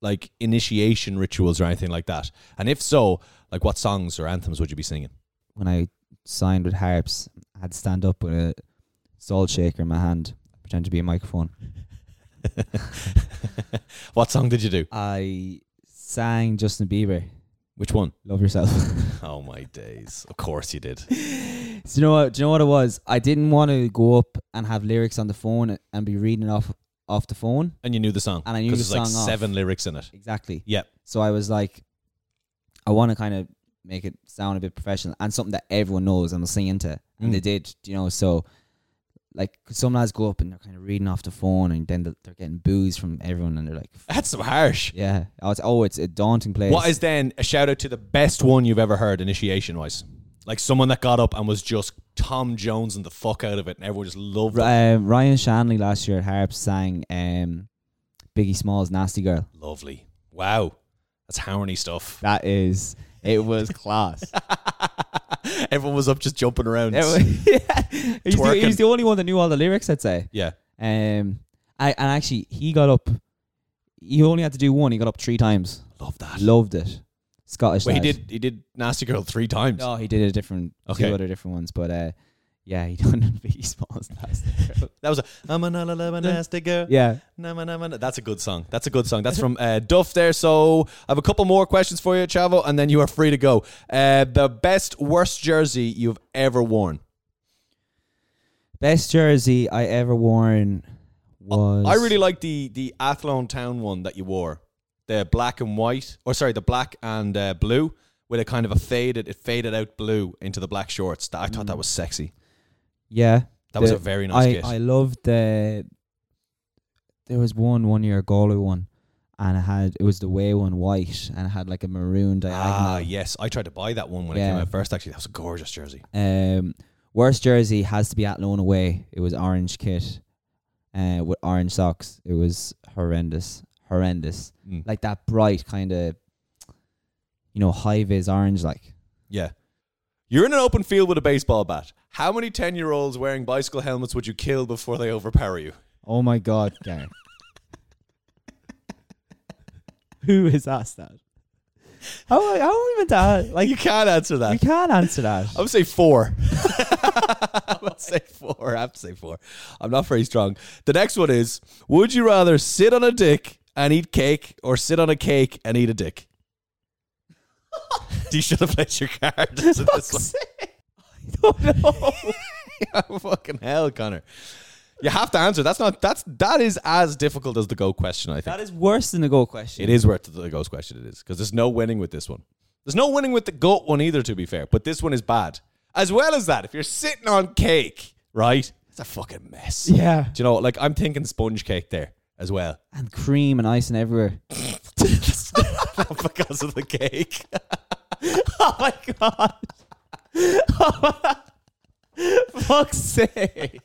Speaker 4: like initiation rituals or anything like that? And if so, like what songs or anthems would you be singing?
Speaker 5: when i signed with harps i had to stand up with a salt shaker in my hand pretend to be a microphone
Speaker 4: What song did you do?
Speaker 5: i sang justin bieber
Speaker 4: Which one?
Speaker 5: love yourself
Speaker 4: Oh my days. Of course you did.
Speaker 5: do you know what do you know what it was i didn't want to go up and have lyrics on the phone and be reading it off off the phone
Speaker 4: And you knew the song.
Speaker 5: And I knew
Speaker 4: 'Cause
Speaker 5: the
Speaker 4: there's
Speaker 5: song
Speaker 4: like
Speaker 5: off.
Speaker 4: seven lyrics in it.
Speaker 5: exactly
Speaker 4: Yeah.
Speaker 5: So I was like, I want to kind of make it sound a bit professional and something that everyone knows and will sing into. And they did, you know. So, like, 'cause some lads go up and they're kind of reading off the phone and then they're- they're getting booze from everyone and they're like, "F-
Speaker 4: That's harsh.
Speaker 5: yeah. Oh, it's, oh, it's a daunting place.
Speaker 4: What is then a shout out to the best one you've ever heard initiation wise? Like someone that got up and was just Tom Jones and the fuck out of it, and everyone just loved it.
Speaker 5: Ri- um, Ryan Shanley last year at Harps sang um, Biggie Small's Nasty Girl.
Speaker 4: Lovely. Wow. That's Harmony stuff.
Speaker 5: That is, it was class.
Speaker 4: Everyone was up just jumping around.
Speaker 5: It wa- yeah. he's, the, he's
Speaker 4: Twerking.
Speaker 5: the only one that knew all the lyrics. I'd say.
Speaker 4: yeah.
Speaker 5: Um, I and actually he got up. He only had to do one. He got up three times.
Speaker 4: Love that.
Speaker 5: Loved it. Scottish.
Speaker 4: Well, he
Speaker 5: lad.
Speaker 4: did he did Nasty Girl three times.
Speaker 5: No, he did a different
Speaker 4: Okay.
Speaker 5: two other different ones, but uh, yeah, he done he spawns that.
Speaker 4: That was a I'm a na- na- na- na- nasty girl.
Speaker 5: yeah,
Speaker 4: Na- na- na- na- na- That's a good song. That's a good song. That's from uh, Duff there. So I have a couple more questions for you, Chavo, and then you are free to go. Uh, the best worst jersey you've ever worn.
Speaker 5: best jersey I ever worn was.
Speaker 4: I really like the the Athlone Town one that you wore, the black and white, or sorry, the black and uh, blue with a kind of a faded, it faded out blue into the black shorts. That I thought
Speaker 5: Mm.
Speaker 4: that was sexy.
Speaker 5: Yeah,
Speaker 4: That was a very nice
Speaker 5: I,
Speaker 4: kit.
Speaker 5: I loved the. There was one one year Galway one, and it had it was the way one white and it had like a maroon
Speaker 4: Ah,
Speaker 5: diagonal.
Speaker 4: yes, I tried to buy that one when it
Speaker 5: Yeah.
Speaker 4: came out first. Actually, that was a gorgeous jersey.
Speaker 5: Um, worst jersey has to be at Lone away. It was orange kit, uh, with orange socks. It was horrendous, horrendous.
Speaker 4: Mm.
Speaker 5: Like that bright kind of, you know, high vis orange. Like
Speaker 4: Yeah. You're in an open field with a baseball bat. How many 10 year olds wearing bicycle helmets would you kill before they overpower you?
Speaker 5: oh my god, Gareth. Who has asked that? How how are we meant to ask? like?
Speaker 4: You can't answer
Speaker 5: we
Speaker 4: that.
Speaker 5: can't answer that.
Speaker 4: I would say four. I would say four. I have to say four. I'm not very strong. The next one is Would you rather sit on a dick and eat cake or sit on a cake and eat a dick? you should have played your cards. in this one. Fucking hell, Connor. You have to answer. That's not that's that is as difficult as the go question, I think.
Speaker 5: That is worse than the goal question.
Speaker 4: It is worth the ghost question. It is because there's no winning with this one. There's no winning with the goat one either. To be fair, but this one is bad. As well as that, if you're sitting on cake, right? It's a fucking mess.
Speaker 5: Yeah.
Speaker 4: Do you know? Like I'm thinking sponge cake there as well.
Speaker 5: And cream and icing everywhere.
Speaker 4: Not because of the cake.
Speaker 5: Oh my god.
Speaker 4: Oh
Speaker 5: Fuck's sake.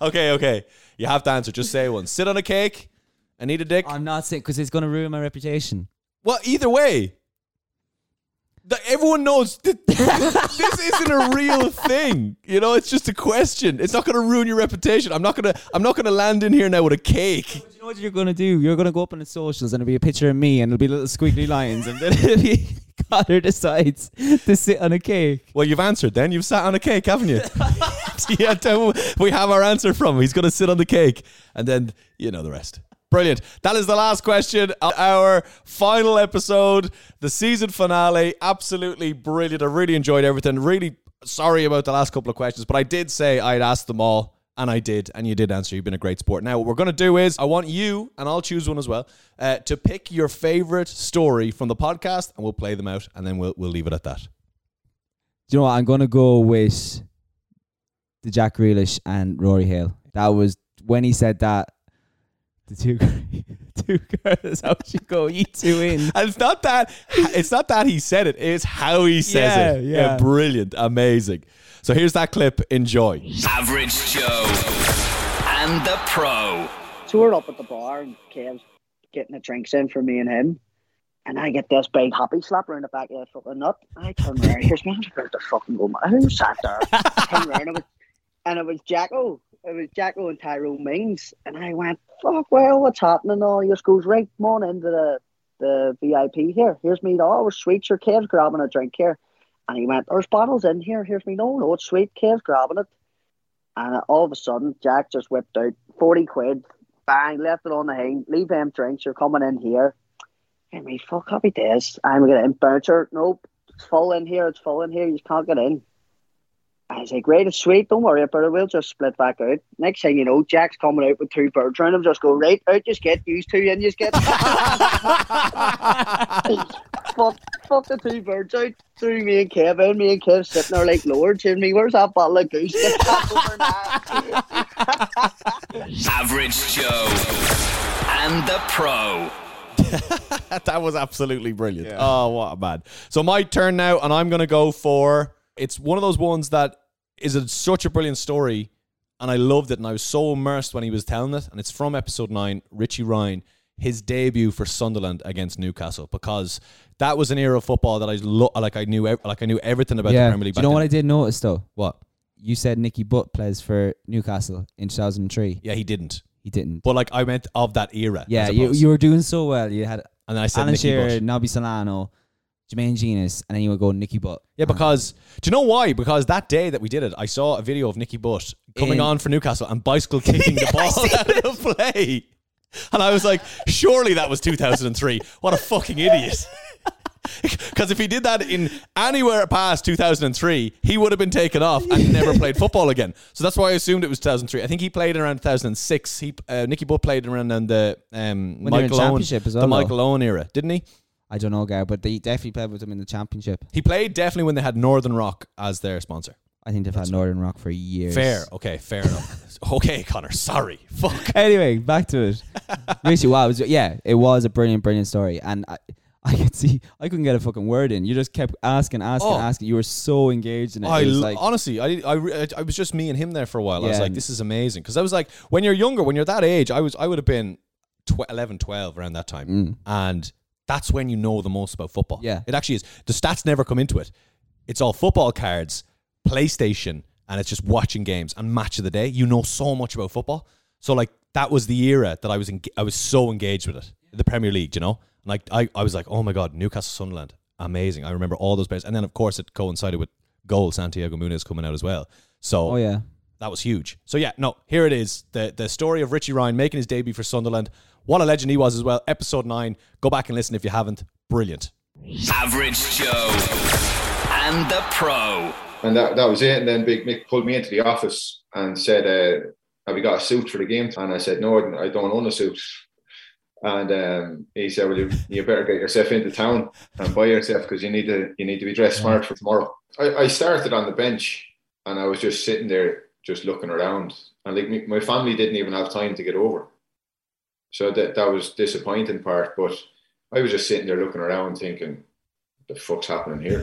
Speaker 4: Okay, okay. You have to answer. Just say one. Sit on a cake and eat a dick.
Speaker 5: I'm not sick because it's going to ruin my reputation.
Speaker 4: Well, either way, the, everyone knows that this isn't a real thing. You know, it's just a question. It's not going to ruin your reputation. I'm not going to. I'm not going to land in here now with a cake.
Speaker 5: But you know what you're going to do? You're going to go up on the socials and it'll be a picture of me and it'll be little squiggly lines and then it'll be Connor decides to sit on a cake.
Speaker 4: Well, you've answered. Then you've sat on a cake, haven't you? yeah, tell him we have our answer from. him. He's going to sit on the cake, and then you know the rest. Brilliant. That is the last question of our final episode, the season finale. Absolutely brilliant. I really enjoyed everything. Really sorry about the last couple of questions, but I did say I'd asked them all. And I did, and you did answer. You've been a great sport. Now, what we're going to do is, I want you, and I'll choose one as well, uh, to pick your favorite story from the podcast, and we'll play them out, and then we'll, we'll leave it at that.
Speaker 5: Do you know what? I'm going to go with the Jack Grealish and Rory Hale. That was when he said that. The two, two girls, how she go? You two in.
Speaker 4: And it's not that it's not that he said it, it's how he says
Speaker 5: Yeah,
Speaker 4: it.
Speaker 5: yeah.
Speaker 4: brilliant, amazing. So here's that clip. Enjoy.
Speaker 3: Average Joe and the Pro.
Speaker 6: So we're up at the bar and Kev's getting the drinks in for me and him. And I get this big happy slap round the back of the fucking nut. And I turn around, here's me, I'm about to fucking go mad. Who sat there? I turn around, it was, and it was Jacko. It was Jacko and Tyrone Mings. And I went, fuck, well, what's happening? And all he just goes, right, come on into the, the VIP here. Here's me, oh, sweet, your Kev's grabbing a drink here. And he went, there's bottles in here. Here's me, no, no, it's sweet, Kev's grabbing it. And all of a sudden, Jack just whipped out 40 quid, bang, left it on the hang, leave them drinks, you're coming in here. And me, fuck, happy days. I'm going to in bouncer. Nope, it's full in here, it's full in here, you can't get in. I was like, great, it's sweet, don't worry about it, we'll just split back out. Next thing you know, Jack's coming out with two birds round him, just go, right, out just get, use two in, just get. fuck, fuck the two birds out, threw me and Kev, and me and Kev sitting there like lords, and me, where's that bottle of goose? Get that over now.
Speaker 3: Average Joe and the Pro.
Speaker 4: That, that was absolutely brilliant. Oh, what a man. So my turn now, and I'm gonna go for it's one of those ones that is a, such a brilliant story, and I loved it, and I was so immersed when he was telling it, and it's from episode nine, Richie Ryan. his debut for Sunderland against Newcastle because that was an era of football that I lo- like. I knew ev- like I knew everything about
Speaker 5: yeah.
Speaker 4: the Premier League.
Speaker 5: Do
Speaker 4: back
Speaker 5: you know
Speaker 4: then.
Speaker 5: what I did notice though? What you said, Nicky Butt plays for Newcastle in 2003.
Speaker 4: Yeah, he didn't.
Speaker 5: He didn't.
Speaker 4: But like I meant of that era. I
Speaker 5: yeah, you,
Speaker 4: suppose.
Speaker 5: you were doing so well. You had
Speaker 4: and then I said
Speaker 5: Alan
Speaker 4: Nicky
Speaker 5: Shearer,
Speaker 4: Butt.
Speaker 5: Nobby Solano, Jermaine Genius, and then you would go Nicky Butt.
Speaker 4: Yeah, because do you know why? Because that day that we did it, I saw a video of Nicky Butt coming
Speaker 5: In-
Speaker 4: on for Newcastle and bicycle kicking the ball out of play. And I was like, surely that was 2003. What a fucking idiot. Because if he did that in anywhere past 2003, he would have been taken off and never played football again. So that's why I assumed it was 2003. I think he played around 2006. He, uh, Nicky Butt played around in the um,
Speaker 5: When they were in
Speaker 4: Michael Owen,
Speaker 5: championship as
Speaker 4: the
Speaker 5: well, though.
Speaker 4: Michael Owen era, didn't he?
Speaker 5: I don't know, Gar, but they definitely played with him in the championship.
Speaker 4: He played definitely when they had Northern Rock as their sponsor.
Speaker 5: I think they've had Northern Rock for years.
Speaker 4: Fair. Okay, fair enough. okay, Connor. Sorry. Fuck.
Speaker 5: Anyway, back to it. Richie, wow, it was, yeah, it was a brilliant, brilliant story, and I, I could see I couldn't get a fucking word in. You just kept asking, asking,
Speaker 4: Oh.
Speaker 5: asking. You were so engaged in it.
Speaker 4: I
Speaker 5: it was
Speaker 4: l-
Speaker 5: like,
Speaker 4: honestly, I, I, re- I was just me and him there for a while. I was
Speaker 5: Yeah.
Speaker 4: like, this is amazing because I was like, when you're younger, when you're that age, I was, I would have been tw- 11, 12 around that time, and that's when you know the most about football.
Speaker 5: Mm. Yeah.
Speaker 4: it actually is. The stats never come into it. It's all football cards, PlayStation, and it's just watching games and match of the day. You know so much about football. So like that was the era that I was enga- I was so engaged with it. The Premier League, you know? And like I, I was like, oh my god, Newcastle Sunderland. Amazing. I remember all those players. And then of course it coincided with goal Santiago Muniz coming out as well. So
Speaker 5: oh yeah,
Speaker 4: that was huge. So yeah, no, here it is. The the story of Richie Ryan making his debut for Sunderland. What a legend he was as well. Episode nine. Go back and listen if you haven't. Brilliant.
Speaker 3: Average Joe and the Pro.
Speaker 7: and that, that was it. And then Big Mick pulled me into the office and said, uh, "Have you got a suit for the game?" And I said, "No, I don't own a suit." And um, he said, "Well, you, you better get yourself into town and buy yourself because you need to you need to be dressed smart for tomorrow." I, I started on the bench and I was just sitting there, just looking around, and like my- my family didn't even have time to get over. So that that was disappointing part, but I was just sitting there looking around, thinking, "The fuck's happening here?"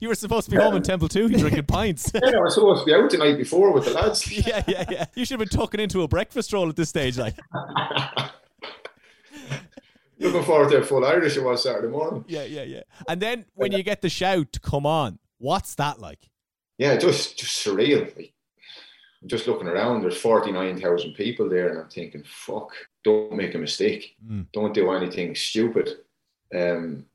Speaker 4: You were supposed to be home in Temple 2 drinking pints.
Speaker 7: yeah, I was supposed to be out the night before with the lads.
Speaker 4: yeah, yeah, yeah. You should have been tucking into a breakfast roll at this stage. Like,
Speaker 7: Looking forward to a full Irish it was Saturday morning.
Speaker 4: yeah, yeah, yeah. And then when you get the shout, come on, what's that like?
Speaker 7: Yeah, just just surreal. Like, I'm just looking around. There's forty nine thousand people there, and I'm thinking, fuck, don't make a mistake.
Speaker 4: Mm.
Speaker 7: Don't do anything stupid. Um,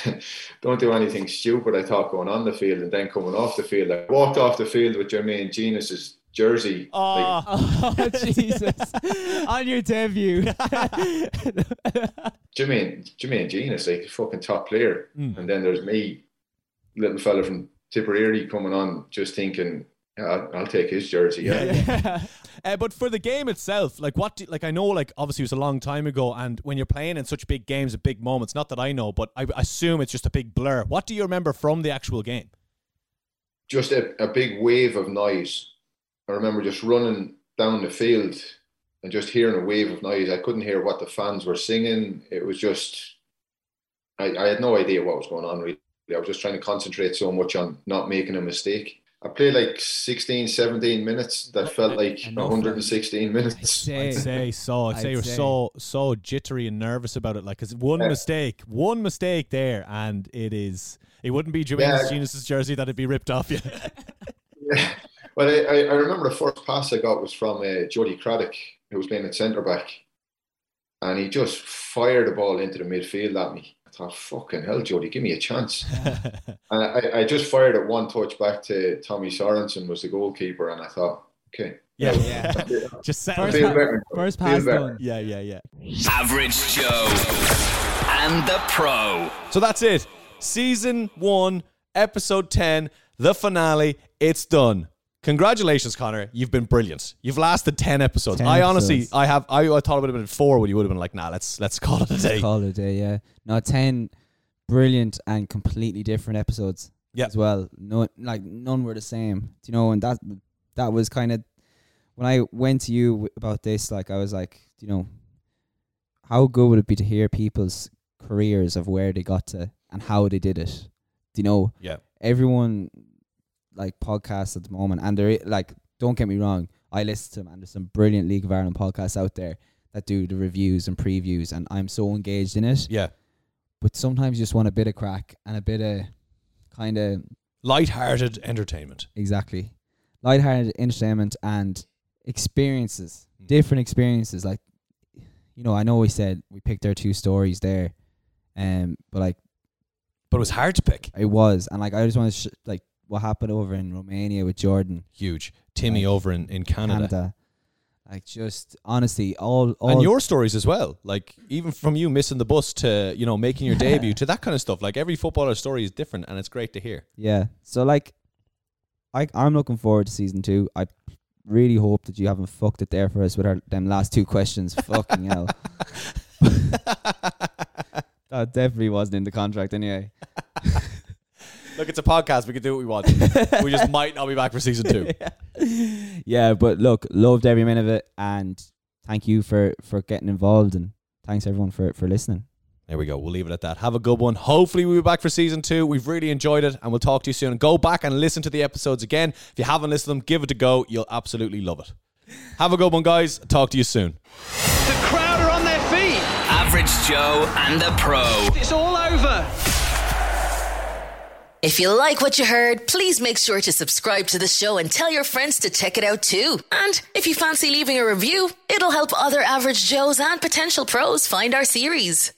Speaker 7: don't do anything stupid. I thought going on the field and then coming off the field. I walked off the field with Jermaine Genius's jersey. Like,
Speaker 4: Oh,
Speaker 5: Oh Jesus! On your debut,
Speaker 7: Jermaine, Jermaine Genius, like fucking top player.
Speaker 4: Mm.
Speaker 7: And then there's me, little fella from Tipperary, coming on, just thinking, "Yeah, I'll, I'll take his jersey. Yeah.
Speaker 4: Uh, but for the game itself, like what? Do, like I know, like obviously it was a long time ago, and when you're playing in such big games and big moments, not that I know, but I assume it's just a big blur. What do you remember from the actual game?
Speaker 7: Just a, a big wave of noise. I remember just running down the field and just hearing a wave of noise. I couldn't hear what the fans were singing. It was just, I, I had no idea what was going on really. I was just trying to concentrate so much on not making a mistake. I played like 16, 17 minutes that felt like
Speaker 5: Enough.
Speaker 7: 116 minutes.
Speaker 4: I'd say so. I'd, say
Speaker 5: I'd
Speaker 4: you're
Speaker 5: say.
Speaker 4: so so jittery and nervous about it. Like, 'cause one
Speaker 7: Yeah.
Speaker 4: mistake, one mistake there, and it is. It wouldn't be Jermaine
Speaker 7: Yeah.
Speaker 4: Genius's jersey that'd be ripped off you.
Speaker 7: Well, I, I I remember the first pass I got was from uh, Jody Craddock, who was playing at centre back, and he just fired the ball into the midfield at me. I thought, "Fucking hell, Jody, give me a chance!" and I, I just fired it one touch back to Tommy Sorensen, was the goalkeeper, and I thought, "Okay,
Speaker 4: yeah, just settle.
Speaker 5: First
Speaker 7: feel
Speaker 5: pa-
Speaker 7: better.
Speaker 5: first
Speaker 7: Feel
Speaker 5: pass
Speaker 7: better.
Speaker 5: done.
Speaker 4: Yeah, yeah, yeah.
Speaker 3: Average Joe and the Pro.
Speaker 4: So that's it. Season one, episode 10, the finale. It's done. Congratulations, Connor. You've been brilliant. You've lasted 10 episodes.
Speaker 5: 10
Speaker 4: I honestly,
Speaker 5: episodes.
Speaker 4: I have, I, I thought it would have been four when you would have been like, nah, let's, let's call it a day.
Speaker 5: Call it a day, yeah. No, ten brilliant and completely different episodes.
Speaker 4: Yeah.
Speaker 5: As well. No like none were the same. Do you know, and that that was kind of when I went to you w- about this, like I was like, you know, how good would it be to hear people's careers of where they got to and how they did it? Do you know?
Speaker 4: Yeah.
Speaker 5: Everyone like podcasts at the moment and they're like don't get me wrong, I listen to them and there's some brilliant League of Ireland podcasts out there that do the reviews and previews, and I'm so engaged in it.
Speaker 4: Yeah.
Speaker 5: But sometimes you just want a bit of crack and a bit of kind of
Speaker 4: Light-hearted entertainment.
Speaker 5: exactly lighthearted entertainment and experiences, different experiences. Like you know, I know we said we picked our two stories there, um, but like
Speaker 4: But it was hard to pick.
Speaker 5: it was, and like I just want to sh- like what happened over in Romania with Jordan,
Speaker 4: Huge. Timmy
Speaker 5: Like,
Speaker 4: over in, in Canada.
Speaker 5: Canada. Oh. Like just honestly, all all
Speaker 4: And your stories as well. Like even from you missing the bus to, you know, making your debut to that kind of stuff. Like every footballer's story is different and it's great to hear.
Speaker 5: Yeah. So like, I I'm looking forward to season two. I really hope that you haven't fucked it there for us with our them last two questions. Fucking hell. that definitely wasn't in the contract anyway.
Speaker 4: Look, it's a podcast. We can do what we want. we just might not be back for season two.
Speaker 5: Yeah, but look, loved every minute of it, and thank you for for getting involved, and thanks everyone for for listening.
Speaker 4: There we go. We'll leave it at that. Have a good one. Hopefully, we'll be back for season two. We've really enjoyed it, and we'll talk to you soon. Go back and listen to the episodes again. If you haven't listened to them, give it a go. You'll absolutely love it. Have a good one, guys. Talk to you soon.
Speaker 2: The crowd are on their feet.
Speaker 3: Average Joe and the Pro.
Speaker 2: It's all over.
Speaker 8: If you like what you heard, please make sure to subscribe to the show and tell your friends to check it out too. And if you fancy leaving a review, it'll help other average Joes and potential pros find our series.